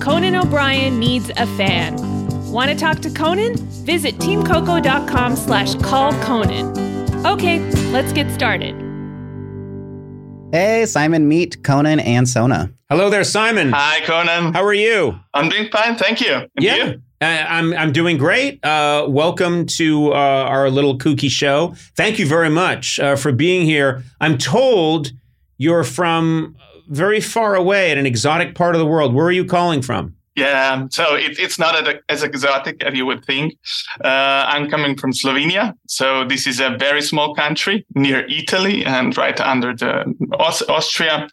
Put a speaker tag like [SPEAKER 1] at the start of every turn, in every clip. [SPEAKER 1] Conan O'Brien needs a fan. Want to talk to Conan? Visit teamcoco.com slash call Conan. Okay, let's get started.
[SPEAKER 2] Hey, Simon, meet Conan and Sona.
[SPEAKER 3] Hello there, Simon.
[SPEAKER 4] Hi, Conan.
[SPEAKER 3] How are you?
[SPEAKER 4] I'm doing fine, thank you. And
[SPEAKER 3] yeah.
[SPEAKER 4] you?
[SPEAKER 3] Uh, I'm I'm doing great. Uh, welcome to uh, our little kooky show. Thank you very much uh, for being here. I'm told you're from very far away in an exotic part of the world. Where are you calling from?
[SPEAKER 4] Yeah, so it, it's not as- as exotic as you would think. Uh, I'm coming from Slovenia, so this is a very small country near Italy and right under the Aus- Austria,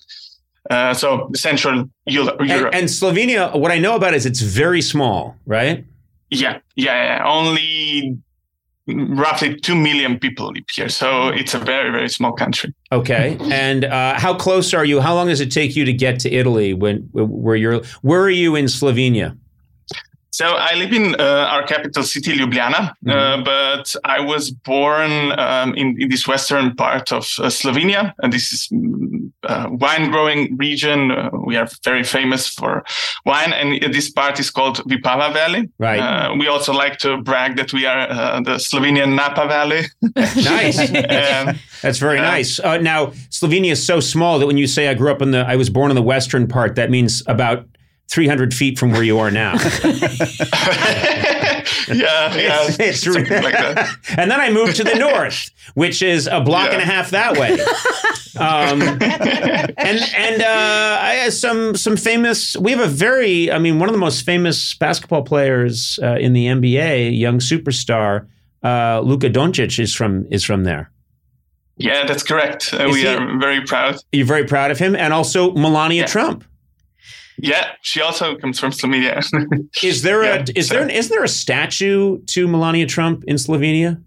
[SPEAKER 4] uh, so Central Euro- Europe.
[SPEAKER 3] And, and Slovenia. What I know about is it's very small, right?
[SPEAKER 4] yeah, yeah, yeah, only roughly two million people live here,
[SPEAKER 3] Oh.
[SPEAKER 4] so it's a very very small country.
[SPEAKER 3] Okay. And uh, how close are you? How long does it take you to get to Italy? When where you're? Where are you in Slovenia?
[SPEAKER 4] So I live in uh, our capital city, Ljubljana,
[SPEAKER 3] Mm-hmm.
[SPEAKER 4] uh, but I was born um, in, in this western part of uh, Slovenia, and this is mm, uh, wine-growing region. Uh, we are very famous for wine, and this part is called Vipava Valley.
[SPEAKER 3] Right.
[SPEAKER 4] Uh, we also like to brag that we are uh, the Slovenian Napa Valley.
[SPEAKER 3] nice.
[SPEAKER 4] Um,
[SPEAKER 3] That's very
[SPEAKER 4] Uh,
[SPEAKER 3] nice. Uh, now, Slovenia is so small that when you say I grew up in the, I was born in the western part, that means about 300 feet from where you are now.
[SPEAKER 4] yeah, yeah,
[SPEAKER 3] It's- it's
[SPEAKER 4] something
[SPEAKER 3] really-
[SPEAKER 4] like that.
[SPEAKER 3] and then I moved to the north, which is a block
[SPEAKER 4] Yeah.
[SPEAKER 3] and a half that way. Um, and and uh, I have some some famous. We have a very, I mean, one of the most famous basketball players uh, in the NBA, young superstar. Uh, Luka Doncic is from is from there.
[SPEAKER 4] Yeah, that's correct. Uh,
[SPEAKER 3] Is
[SPEAKER 4] we
[SPEAKER 3] he-
[SPEAKER 4] are very proud.
[SPEAKER 3] You're very proud of him, and also Melania
[SPEAKER 4] Yeah.
[SPEAKER 3] Trump.
[SPEAKER 4] Yeah, she also comes from Slovenia.
[SPEAKER 3] Is there
[SPEAKER 4] Yeah,
[SPEAKER 3] a is there an, is there a statue to Melania Trump in Slovenia?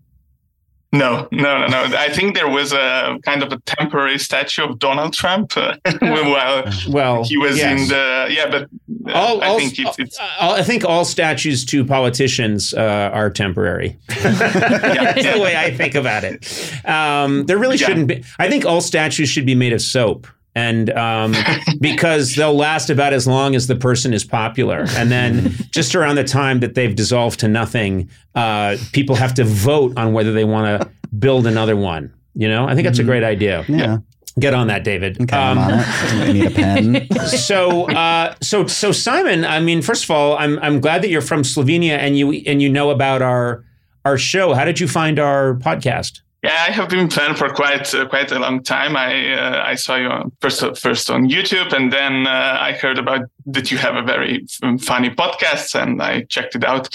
[SPEAKER 4] No, no, no, no. I think there was a kind of a temporary statue of Donald Trump uh, while
[SPEAKER 3] Well,
[SPEAKER 4] he was
[SPEAKER 3] yes.
[SPEAKER 4] in the yeah, but uh,
[SPEAKER 3] All,
[SPEAKER 4] I
[SPEAKER 3] all-
[SPEAKER 4] think it's, it's
[SPEAKER 3] all- I think all statues to politicians uh, are temporary. That's the way I think about it. Um, there really
[SPEAKER 4] Yeah.
[SPEAKER 3] shouldn't be. I think all statues should be made of soap, and um, because they'll last about as long as the person is popular, and then just around the time that they've dissolved to nothing, uh, people have to vote on whether they want to build another one. You know, I think
[SPEAKER 4] Mm-hmm.
[SPEAKER 3] that's a great idea.
[SPEAKER 2] Yeah.
[SPEAKER 3] Get on that, David.
[SPEAKER 2] Okay,
[SPEAKER 3] Um,
[SPEAKER 2] I'm on it. I need a pen.
[SPEAKER 3] so, uh, so, so, Simon. I mean, first of all, I'm I'm glad that you're from Slovenia and you and you know about our our show. How did you find our podcast?
[SPEAKER 4] yeah. I have been fan for quite uh, quite a long time. I uh, I saw you on, first first on YouTube, and then uh, I heard about that you have a very f- um, funny podcast, and I checked it out.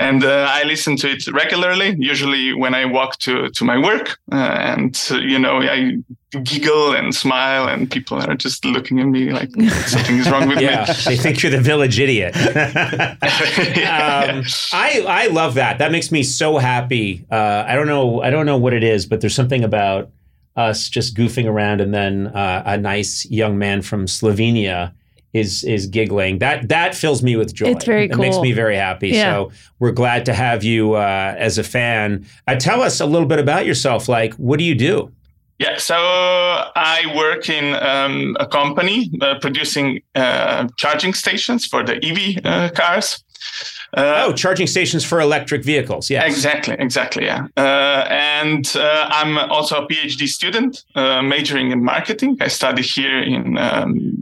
[SPEAKER 4] And uh, I listen to it regularly, usually when I walk to to my work, uh, and uh, you know I giggle and smile, and people are just looking at me like something is wrong with
[SPEAKER 3] Yeah,
[SPEAKER 4] me.
[SPEAKER 3] they think you're the village idiot.
[SPEAKER 4] Yeah.
[SPEAKER 3] um, I I love that. That makes me so happy. Uh, I don't know I don't know what it is, but there's something about us just goofing around and then uh, a nice young man from Slovenia is is giggling. That that fills me with joy.
[SPEAKER 5] It's very
[SPEAKER 3] It makes
[SPEAKER 5] cool.
[SPEAKER 3] me very happy.
[SPEAKER 5] Yeah.
[SPEAKER 3] So we're glad to have you uh, as a fan. Uh, tell us a little bit about yourself. Like, what do you do?
[SPEAKER 4] Yeah, so I work in um, a company uh, producing uh, charging stations for the EV uh, cars. Uh,
[SPEAKER 3] oh, charging stations for electric vehicles. Yes.
[SPEAKER 4] Exactly, exactly, yeah. Uh, and uh, I'm also a PhD student, uh, majoring in marketing. I study here in um,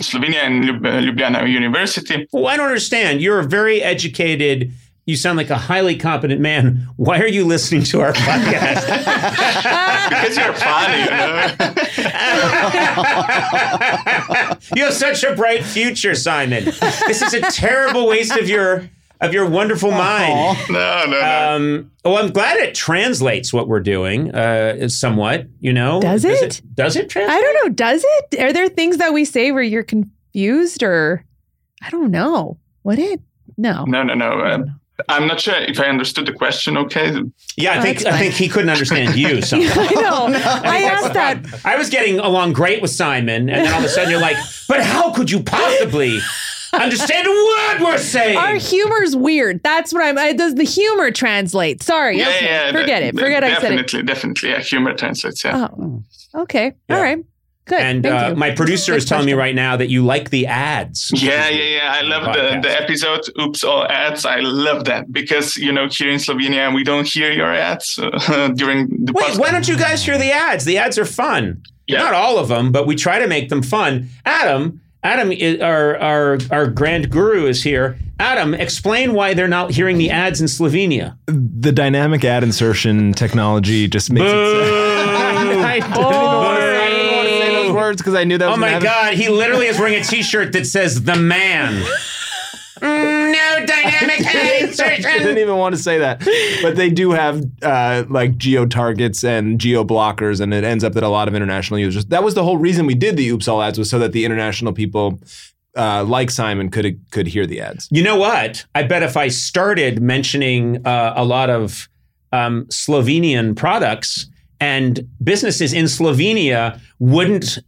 [SPEAKER 4] Slovenia in Ljub- uh, Ljubljana University.
[SPEAKER 3] Well, I don't understand. You're a very educated. You sound like a highly competent man. Why are you listening to our podcast?
[SPEAKER 4] Because you're funny, you know?
[SPEAKER 3] you have such a bright future, Simon. This is a terrible waste of your of your wonderful mind.
[SPEAKER 4] No, no, no.
[SPEAKER 3] Um, well, I'm glad it translates what we're doing uh, somewhat. You know,
[SPEAKER 5] Does it?
[SPEAKER 3] Does it translate?
[SPEAKER 5] I don't know. Does it? Are there things that we say where you're confused or I don't know? What it? No.
[SPEAKER 4] no, no, no. Uh, I'm not sure if I understood the question okay.
[SPEAKER 3] yeah, I
[SPEAKER 5] Oh,
[SPEAKER 3] think
[SPEAKER 5] that's
[SPEAKER 3] I think he couldn't understand you. Sometimes.
[SPEAKER 5] I know. I
[SPEAKER 3] That's
[SPEAKER 5] asked
[SPEAKER 3] the
[SPEAKER 5] that.
[SPEAKER 3] problem. I was getting along great with Simon, and then all of a sudden you're like, but how could you possibly understand a word we're saying?
[SPEAKER 5] Our humor's weird. That's what I'm. I, does the humor translate? Sorry. okay. Forget
[SPEAKER 4] that-
[SPEAKER 5] it. Uh-huh. Forget I said it.
[SPEAKER 4] Definitely, definitely. Yeah, humor translates. Yeah.
[SPEAKER 5] Oh. Okay.
[SPEAKER 3] Yeah.
[SPEAKER 5] All right. Good.
[SPEAKER 3] And
[SPEAKER 5] Thank
[SPEAKER 3] uh,
[SPEAKER 5] you.
[SPEAKER 3] my producer
[SPEAKER 5] Good
[SPEAKER 3] is telling me
[SPEAKER 5] question.
[SPEAKER 3] right now that you like the ads.
[SPEAKER 4] Yeah, yeah, yeah. I love the, the
[SPEAKER 3] Podcast.
[SPEAKER 4] episode Oops All Ads. I love that because, you know, here in Slovenia, we don't hear your ads uh, during the
[SPEAKER 3] Wait,
[SPEAKER 4] podcast.
[SPEAKER 3] why don't you guys hear the ads? The ads are fun.
[SPEAKER 4] Yeah.
[SPEAKER 3] Not all of them, but we try to make them fun. Adam, Adam, i- our our our grand guru is here. Adam, explain why they're not hearing the ads in Slovenia.
[SPEAKER 6] The dynamic ad insertion technology just makes
[SPEAKER 3] I
[SPEAKER 6] it.
[SPEAKER 3] didn't even wanna say- I didn't even wanna say those words.
[SPEAKER 6] Words because I knew that.
[SPEAKER 3] Oh
[SPEAKER 6] was gonna
[SPEAKER 3] my
[SPEAKER 6] happen.
[SPEAKER 3] God! He literally is wearing a T-shirt that says "The Man." Mm, no dynamic ad
[SPEAKER 6] I
[SPEAKER 3] insertion.
[SPEAKER 6] didn't even want to say that, but they do have uh, like geo targets and geo blockers, and it ends up that a lot of international users. That was the whole reason we did the Oops All ads was so that the international people, uh, like Simon, could could hear the ads.
[SPEAKER 3] You know what? I bet if I started mentioning uh, a lot of um, Slovenian products and businesses in Slovenia, wouldn't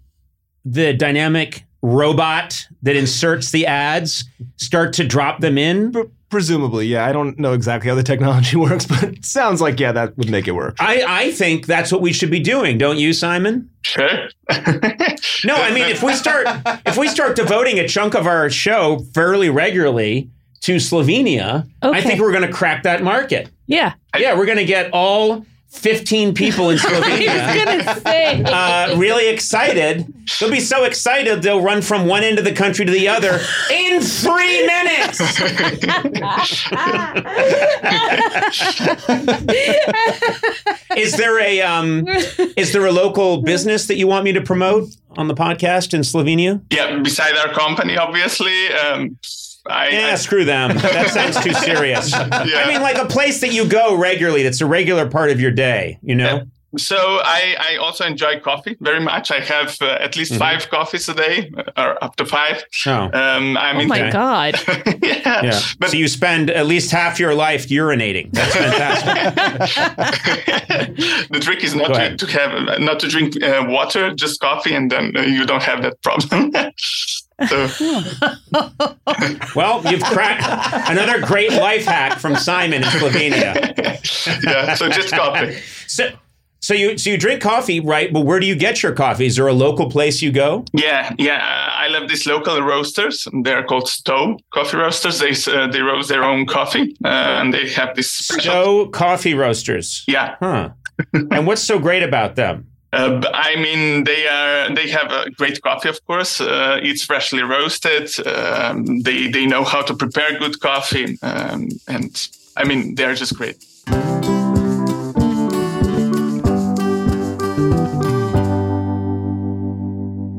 [SPEAKER 3] the dynamic robot that inserts the ads start to drop them in?
[SPEAKER 6] Pre- presumably, yeah. I don't know exactly how the technology works, but it sounds like yeah, that would make it work.
[SPEAKER 3] I, I think that's what we should be doing, don't you, Simon?
[SPEAKER 4] Sure.
[SPEAKER 3] No, I mean if we start if we start devoting a chunk of our show fairly regularly to Slovenia, I
[SPEAKER 1] Okay.
[SPEAKER 3] think we're going to crack that market.
[SPEAKER 1] Yeah.
[SPEAKER 3] Yeah, we're going to get all 15 people in
[SPEAKER 1] I
[SPEAKER 3] Slovenia
[SPEAKER 1] was gonna say.
[SPEAKER 3] uh, really excited. They'll be so excited, they'll run from one end of the country to the other in three minutes. Is there a um, is there a local business that you want me to promote on the podcast in Slovenia?
[SPEAKER 4] yeah, beside our company, obviously. Um, I,
[SPEAKER 3] Yeah, Eh, screw them. That sounds too serious. I mean, like a place that you go regularly that's a regular part of your day, you know?
[SPEAKER 4] I- so I, I also enjoy coffee very much. I have uh, at least five coffees a day, uh, or up to five.
[SPEAKER 3] Oh.
[SPEAKER 4] Um, I'm
[SPEAKER 5] oh
[SPEAKER 4] in-
[SPEAKER 5] my
[SPEAKER 3] okay.
[SPEAKER 5] God.
[SPEAKER 4] yeah.
[SPEAKER 3] Yeah.
[SPEAKER 4] But
[SPEAKER 3] so you spend at least half your life urinating. That's fantastic.
[SPEAKER 4] the trick is
[SPEAKER 3] Go
[SPEAKER 4] not to,
[SPEAKER 3] ahead.
[SPEAKER 4] to have not to drink uh, water, just coffee, and then uh, you don't have that problem. so,
[SPEAKER 3] well, you've cracked another great life hack from Simon in Slovenia.
[SPEAKER 4] yeah, so just coffee.
[SPEAKER 3] So, so you so you drink coffee, right? But where do you get your coffee? Is there a local place you go?
[SPEAKER 4] Yeah, yeah. I love these local roasters. They're called Stowe coffee roasters. They s- uh, they roast their own coffee, uh, and they have this special.
[SPEAKER 3] Stowe Coffee Roasters.
[SPEAKER 4] Yeah,
[SPEAKER 3] Huh. And what's so great about them?
[SPEAKER 4] Uh, b- I mean, they are they have a great coffee, of course. Uh, it's freshly roasted. Um, they they know how to prepare good coffee, um, and I mean, they're just great.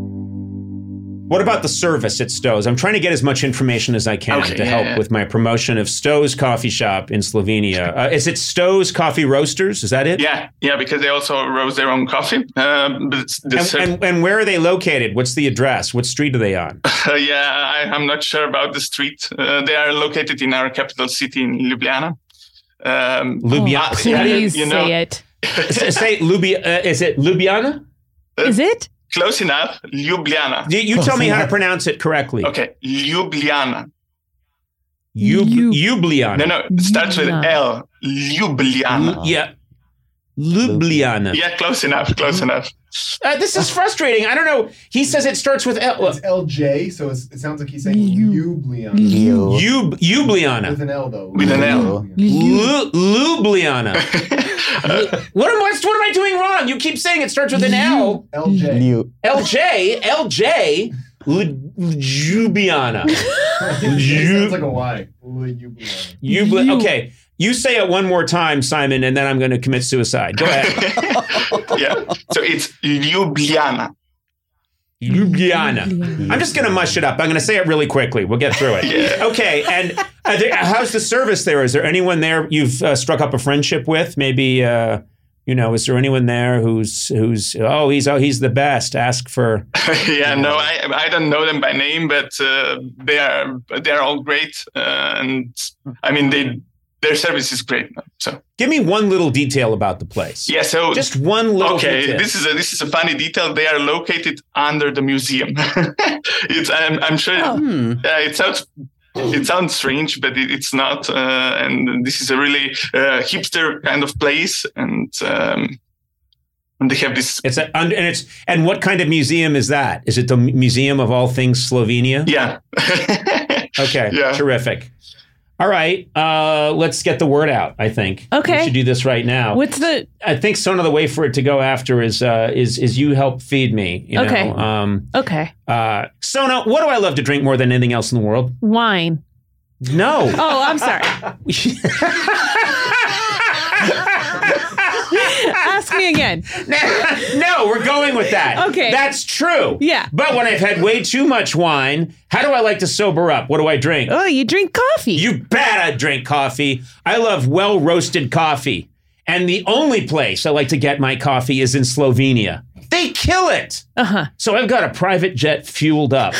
[SPEAKER 3] What about the service at Stowe's? I'm trying to get as much information as I can
[SPEAKER 4] Okay,
[SPEAKER 3] to
[SPEAKER 4] yeah,
[SPEAKER 3] help
[SPEAKER 4] yeah.
[SPEAKER 3] with my promotion of Stowe's Coffee Shop in Slovenia. Uh, is it Stowe's Coffee Roasters? Is that it?
[SPEAKER 4] Yeah, yeah, because they also roast their own coffee. Um, but it's- the
[SPEAKER 3] And,
[SPEAKER 4] ser-
[SPEAKER 3] and, and where are they located? What's the address? What street are they on?
[SPEAKER 4] uh, yeah, I, I'm not sure about the street. Uh, they are located in our capital city in Ljubljana. Um,
[SPEAKER 3] Ljubljana.
[SPEAKER 4] uh, yeah,
[SPEAKER 5] Please
[SPEAKER 4] you know,
[SPEAKER 5] say it.
[SPEAKER 3] S- say Lubi, uh, is it Ljubljana?
[SPEAKER 5] Is it?
[SPEAKER 4] Close enough, Ljubljana.
[SPEAKER 3] You, you tell me how to pronounce it correctly.
[SPEAKER 4] Okay, Ljubljana.
[SPEAKER 3] Ljub-
[SPEAKER 5] You-
[SPEAKER 3] Ljubljana.
[SPEAKER 4] No, no, it starts with
[SPEAKER 5] Ljubljana.
[SPEAKER 4] L. Ljubljana.
[SPEAKER 3] L- yeah. Ljubljana.
[SPEAKER 4] Yeah, close enough, close enough.
[SPEAKER 3] Uh, this is frustrating. I don't know. He says it starts with L.
[SPEAKER 7] It's LJ, so it's, it sounds like he's saying
[SPEAKER 5] You.
[SPEAKER 7] Ljubljana.
[SPEAKER 5] You.
[SPEAKER 3] Ljub-
[SPEAKER 7] With
[SPEAKER 3] Ljubljana.
[SPEAKER 7] an L, though.
[SPEAKER 4] With an L.
[SPEAKER 3] Lu- Ljubljana. Lu- what, am, what's- what am I doing wrong? You keep saying it starts with an L.
[SPEAKER 7] LJ.
[SPEAKER 3] LJ. LJ. Lu- Ljubljana.
[SPEAKER 7] It
[SPEAKER 3] Ljub-
[SPEAKER 7] sounds like a Y. Ljubljana.
[SPEAKER 3] You bl- okay? You say it one more time, Simon, and then I'm going to commit suicide. Go ahead.
[SPEAKER 4] yeah, so it's Ljubljana.
[SPEAKER 3] Ljubljana. I'm just going to mush it up. I'm going to say it really quickly. We'll get through it. Okay. And are there, how's the service there? Is there anyone there you've uh, struck up a friendship with? Maybe uh, you know. Is there anyone there who's who's? Oh, he's oh he's the best. Ask for.
[SPEAKER 4] yeah, no, I I don't know them by name, but uh, they are they are all great, uh, and I mean they their service is great. So
[SPEAKER 3] Give me one little detail about the place.
[SPEAKER 4] yeah, so
[SPEAKER 3] Just one little.
[SPEAKER 4] okay,
[SPEAKER 3] detail.
[SPEAKER 4] this is a this is a funny detail. They are located under the museum. it's I'm, I'm sure
[SPEAKER 3] Oh.
[SPEAKER 2] Hmm.
[SPEAKER 4] uh, it sounds. It sounds strange, but it, it's not. Uh, and this is a really uh, hipster kind of place. And um, And they have this.
[SPEAKER 3] It's a, and it's and what kind of museum is that? Is it the Museum of All Things Slovenia?
[SPEAKER 4] Yeah.
[SPEAKER 3] Okay.
[SPEAKER 4] Yeah.
[SPEAKER 3] Terrific. All right. Uh, let's get the word out. I think.
[SPEAKER 1] Okay.
[SPEAKER 3] We should do this right now.
[SPEAKER 1] What's the
[SPEAKER 3] I think some of the way for it to go after is uh, is is you help feed me. You
[SPEAKER 1] Okay.
[SPEAKER 3] Know? Um,
[SPEAKER 1] okay
[SPEAKER 3] uh, Sona, what do I love to drink more than anything else in the world?
[SPEAKER 1] wine?
[SPEAKER 3] No.
[SPEAKER 1] Oh, I'm sorry. Ask me again.
[SPEAKER 3] no, we're going with that.
[SPEAKER 1] Okay.
[SPEAKER 3] That's true.
[SPEAKER 1] Yeah.
[SPEAKER 3] But when I've had way too much wine, how do I like to sober up? What do I drink?
[SPEAKER 1] Oh, you drink coffee.
[SPEAKER 3] You bet I drink coffee. I love well roasted coffee. And the only place I like to get my coffee is in Slovenia. They kill it.
[SPEAKER 1] uh huh.
[SPEAKER 3] So I've got a private jet fueled up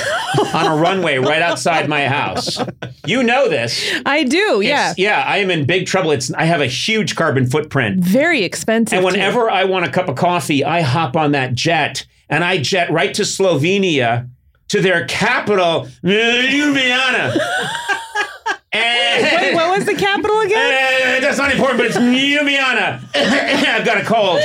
[SPEAKER 3] on a runway right outside my house. You know this.
[SPEAKER 1] I do. Yeah.
[SPEAKER 3] It's- yeah, I am in big trouble. It's I have a huge carbon footprint.
[SPEAKER 1] Very expensive.
[SPEAKER 3] And
[SPEAKER 1] too.
[SPEAKER 3] whenever I want a cup of coffee, I hop on that jet and I jet right to Slovenia to their capital, Ljubljana. And-
[SPEAKER 1] Wait, what was the capital again?
[SPEAKER 3] Eh, that's not important, but it's Ljubljana. I've got a cold.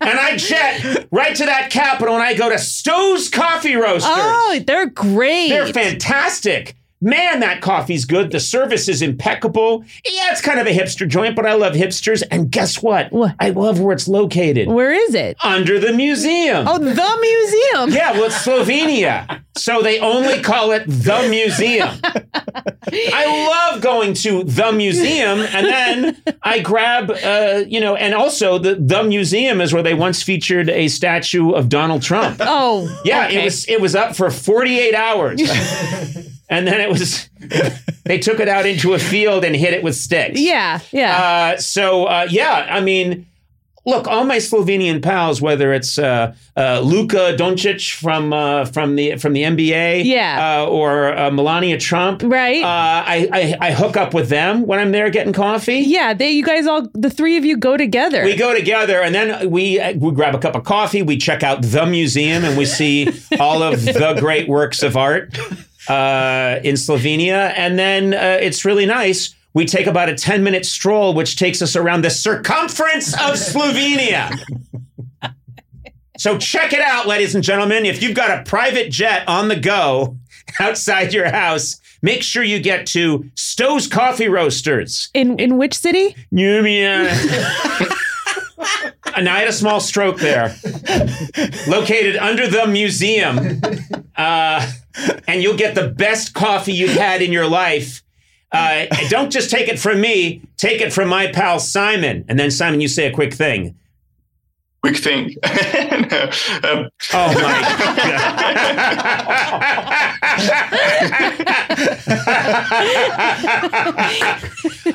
[SPEAKER 3] and I jet right to that capital and I go to Stowe's Coffee Roasters.
[SPEAKER 1] Oh, they're great.
[SPEAKER 3] They're fantastic. Man, that coffee's good. The service is impeccable. Yeah, it's kind of a hipster joint, but I love hipsters. And guess what?
[SPEAKER 1] What?
[SPEAKER 3] I love where it's located
[SPEAKER 1] Where is it?
[SPEAKER 3] under the museum.
[SPEAKER 1] Oh, the museum.
[SPEAKER 3] Yeah, well, it's Slovenia. So they only call it the museum. I love going to the museum, and then I grab, uh, you know, and also the the museum is where they once featured a statue of Donald Trump.
[SPEAKER 1] Oh,
[SPEAKER 3] Yeah,
[SPEAKER 1] okay.
[SPEAKER 3] it was it was up for 48 hours. and then it was they took it out into a field and hit it with sticks.
[SPEAKER 1] Yeah, yeah.
[SPEAKER 3] Uh, so uh, yeah, I mean, look, all my Slovenian pals, whether it's uh, uh, Luka Doncic from uh, from the from the NBA,
[SPEAKER 1] Yeah.
[SPEAKER 3] uh, or uh, Melania Trump,
[SPEAKER 1] Right.
[SPEAKER 3] Uh, I, I I hook up with them when I'm there getting coffee.
[SPEAKER 1] yeah, they you guys all the three of you go together.
[SPEAKER 3] We go together, and then we uh, we grab a cup of coffee. We check out the museum, and we see all of the great works of art uh, in Slovenia. And then uh, it's really nice. We take about a ten minute stroll, which takes us around the circumference of Slovenia. So check it out, ladies and gentlemen. If you've got a private jet on the go outside your house, make sure you get to Stowe's Coffee Roasters.
[SPEAKER 1] in in which city?
[SPEAKER 3] Numia. and I had a small stroke there, located under the museum. Uh, and you'll get the best coffee you've had in your life. Uh, and don't just take it from me, take it from my pal Simon. And then, Simon, you say a quick thing.
[SPEAKER 4] Quick thing. No, um,
[SPEAKER 3] Oh my god!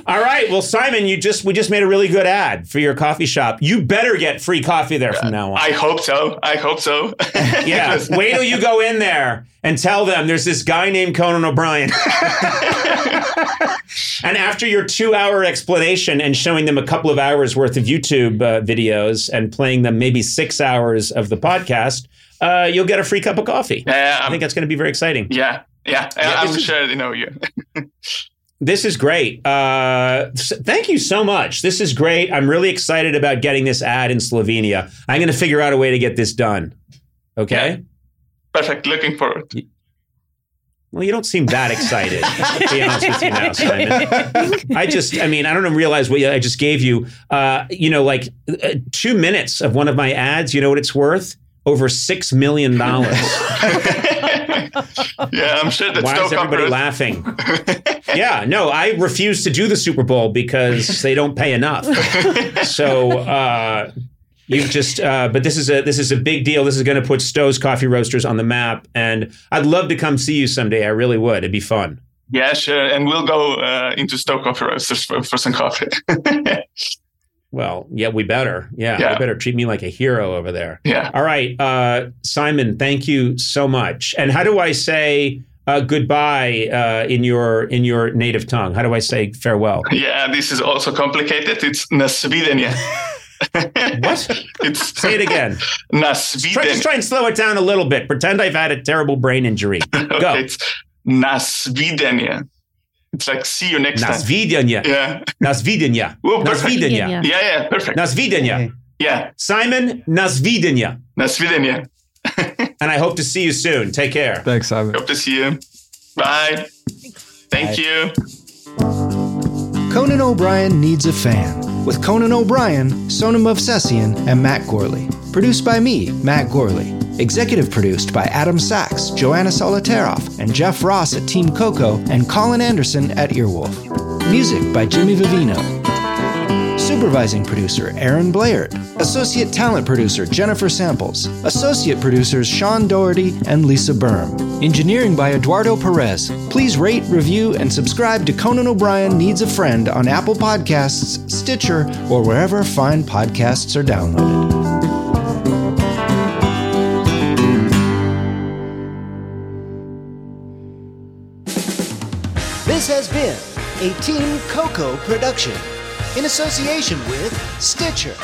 [SPEAKER 3] All right, well, Simon, you just we just made a really good ad for your coffee shop. You better get free coffee there from now on.
[SPEAKER 4] I hope so. I hope so. Uh,
[SPEAKER 3] yeah, wait till you go in there and tell them there's this guy named Conan O'Brien. and after your two-hour explanation and showing them a couple of hours worth of YouTube uh, videos and playing them maybe six hours of the podcast, uh, you'll get a free cup of coffee.
[SPEAKER 4] yeah,
[SPEAKER 3] I
[SPEAKER 4] I'm-
[SPEAKER 3] think that's going to be very exciting.
[SPEAKER 4] um, yeah, yeah. I-
[SPEAKER 3] Yeah,
[SPEAKER 4] I'm
[SPEAKER 3] this is-
[SPEAKER 4] sure you know you.
[SPEAKER 3] This is great. Uh, s- thank you so much. This is great. I'm really excited about getting this ad in Slovenia. I'm going to figure out a way to get this done. Okay.
[SPEAKER 4] Perfect. Looking forward.
[SPEAKER 3] Well, you don't seem that excited. to be honest with you now, Simon. I just, I mean, I don't even realize what I just gave you. Uh, you know, like uh, two minutes of one of my ads. You know what it's worth? Over six million dollars.
[SPEAKER 4] Yeah, I'm sure that's
[SPEAKER 3] Why
[SPEAKER 4] no
[SPEAKER 3] is everybody
[SPEAKER 4] compromise.
[SPEAKER 3] laughing? yeah, no, I refuse to do the Super Bowl because they don't pay enough. so uh, you've just, uh, but this is a this is a big deal. This is going to put Stowe's Coffee Roasters on the map, and I'd love to come see you someday. I really would. It'd be fun.
[SPEAKER 4] Yeah, sure. And we'll go uh, into Stoke Coffee Roasters for, for some coffee.
[SPEAKER 3] Well, yeah, we better. Yeah,
[SPEAKER 4] Yeah.
[SPEAKER 3] they better treat me like a hero over there.
[SPEAKER 4] yeah.
[SPEAKER 3] All right, uh, Simon, thank you so much. And how do I say uh, goodbye uh, in your in your native tongue? How do I say farewell?
[SPEAKER 4] Yeah, this is also complicated. It's Nasvidenia.
[SPEAKER 3] What?
[SPEAKER 4] It's
[SPEAKER 3] Say it again. Try, just
[SPEAKER 4] Nasvidenia.
[SPEAKER 3] try and slow it down a little bit. Pretend I've had a terrible brain injury.
[SPEAKER 4] Okay,
[SPEAKER 3] Go.
[SPEAKER 4] it's Nasvidenia. It's like see you next
[SPEAKER 3] Nas
[SPEAKER 4] time.
[SPEAKER 3] vidjenja.
[SPEAKER 4] Yeah.
[SPEAKER 3] Nas vidjenja.
[SPEAKER 4] Well,
[SPEAKER 3] Nas
[SPEAKER 4] perfect.
[SPEAKER 3] vidjenja.
[SPEAKER 4] Yeah, yeah, perfect.
[SPEAKER 3] Nas vidjenja.
[SPEAKER 2] Hey.
[SPEAKER 4] Yeah.
[SPEAKER 3] Simon Nasvidenya.
[SPEAKER 4] Na svidenia.
[SPEAKER 3] And I hope to see you soon. Take care.
[SPEAKER 8] Thanks, Simon.
[SPEAKER 4] Hope to see you. Bye. Thank you.
[SPEAKER 9] Conan O'Brien Needs a Fan with Conan O'Brien, Sonam Obsessian, and Matt Gorley. Produced by me, Matt Gorley. Executive produced by Adam Sachs, Joanna Solotaroff, and Jeff Ross at Team Coco, and Colin Anderson at Earwolf. Music by Jimmy Vivino. Supervising producer Aaron Blair. Associate talent producer Jennifer Samples. Associate producers Sean Doherty and Lisa Berm. Engineering by Eduardo Perez. Please rate, review, and subscribe to Conan O'Brien Needs a Friend on Apple Podcasts, Stitcher, or wherever fine podcasts are downloaded. This has been a Team Coco production in association with Stitcher.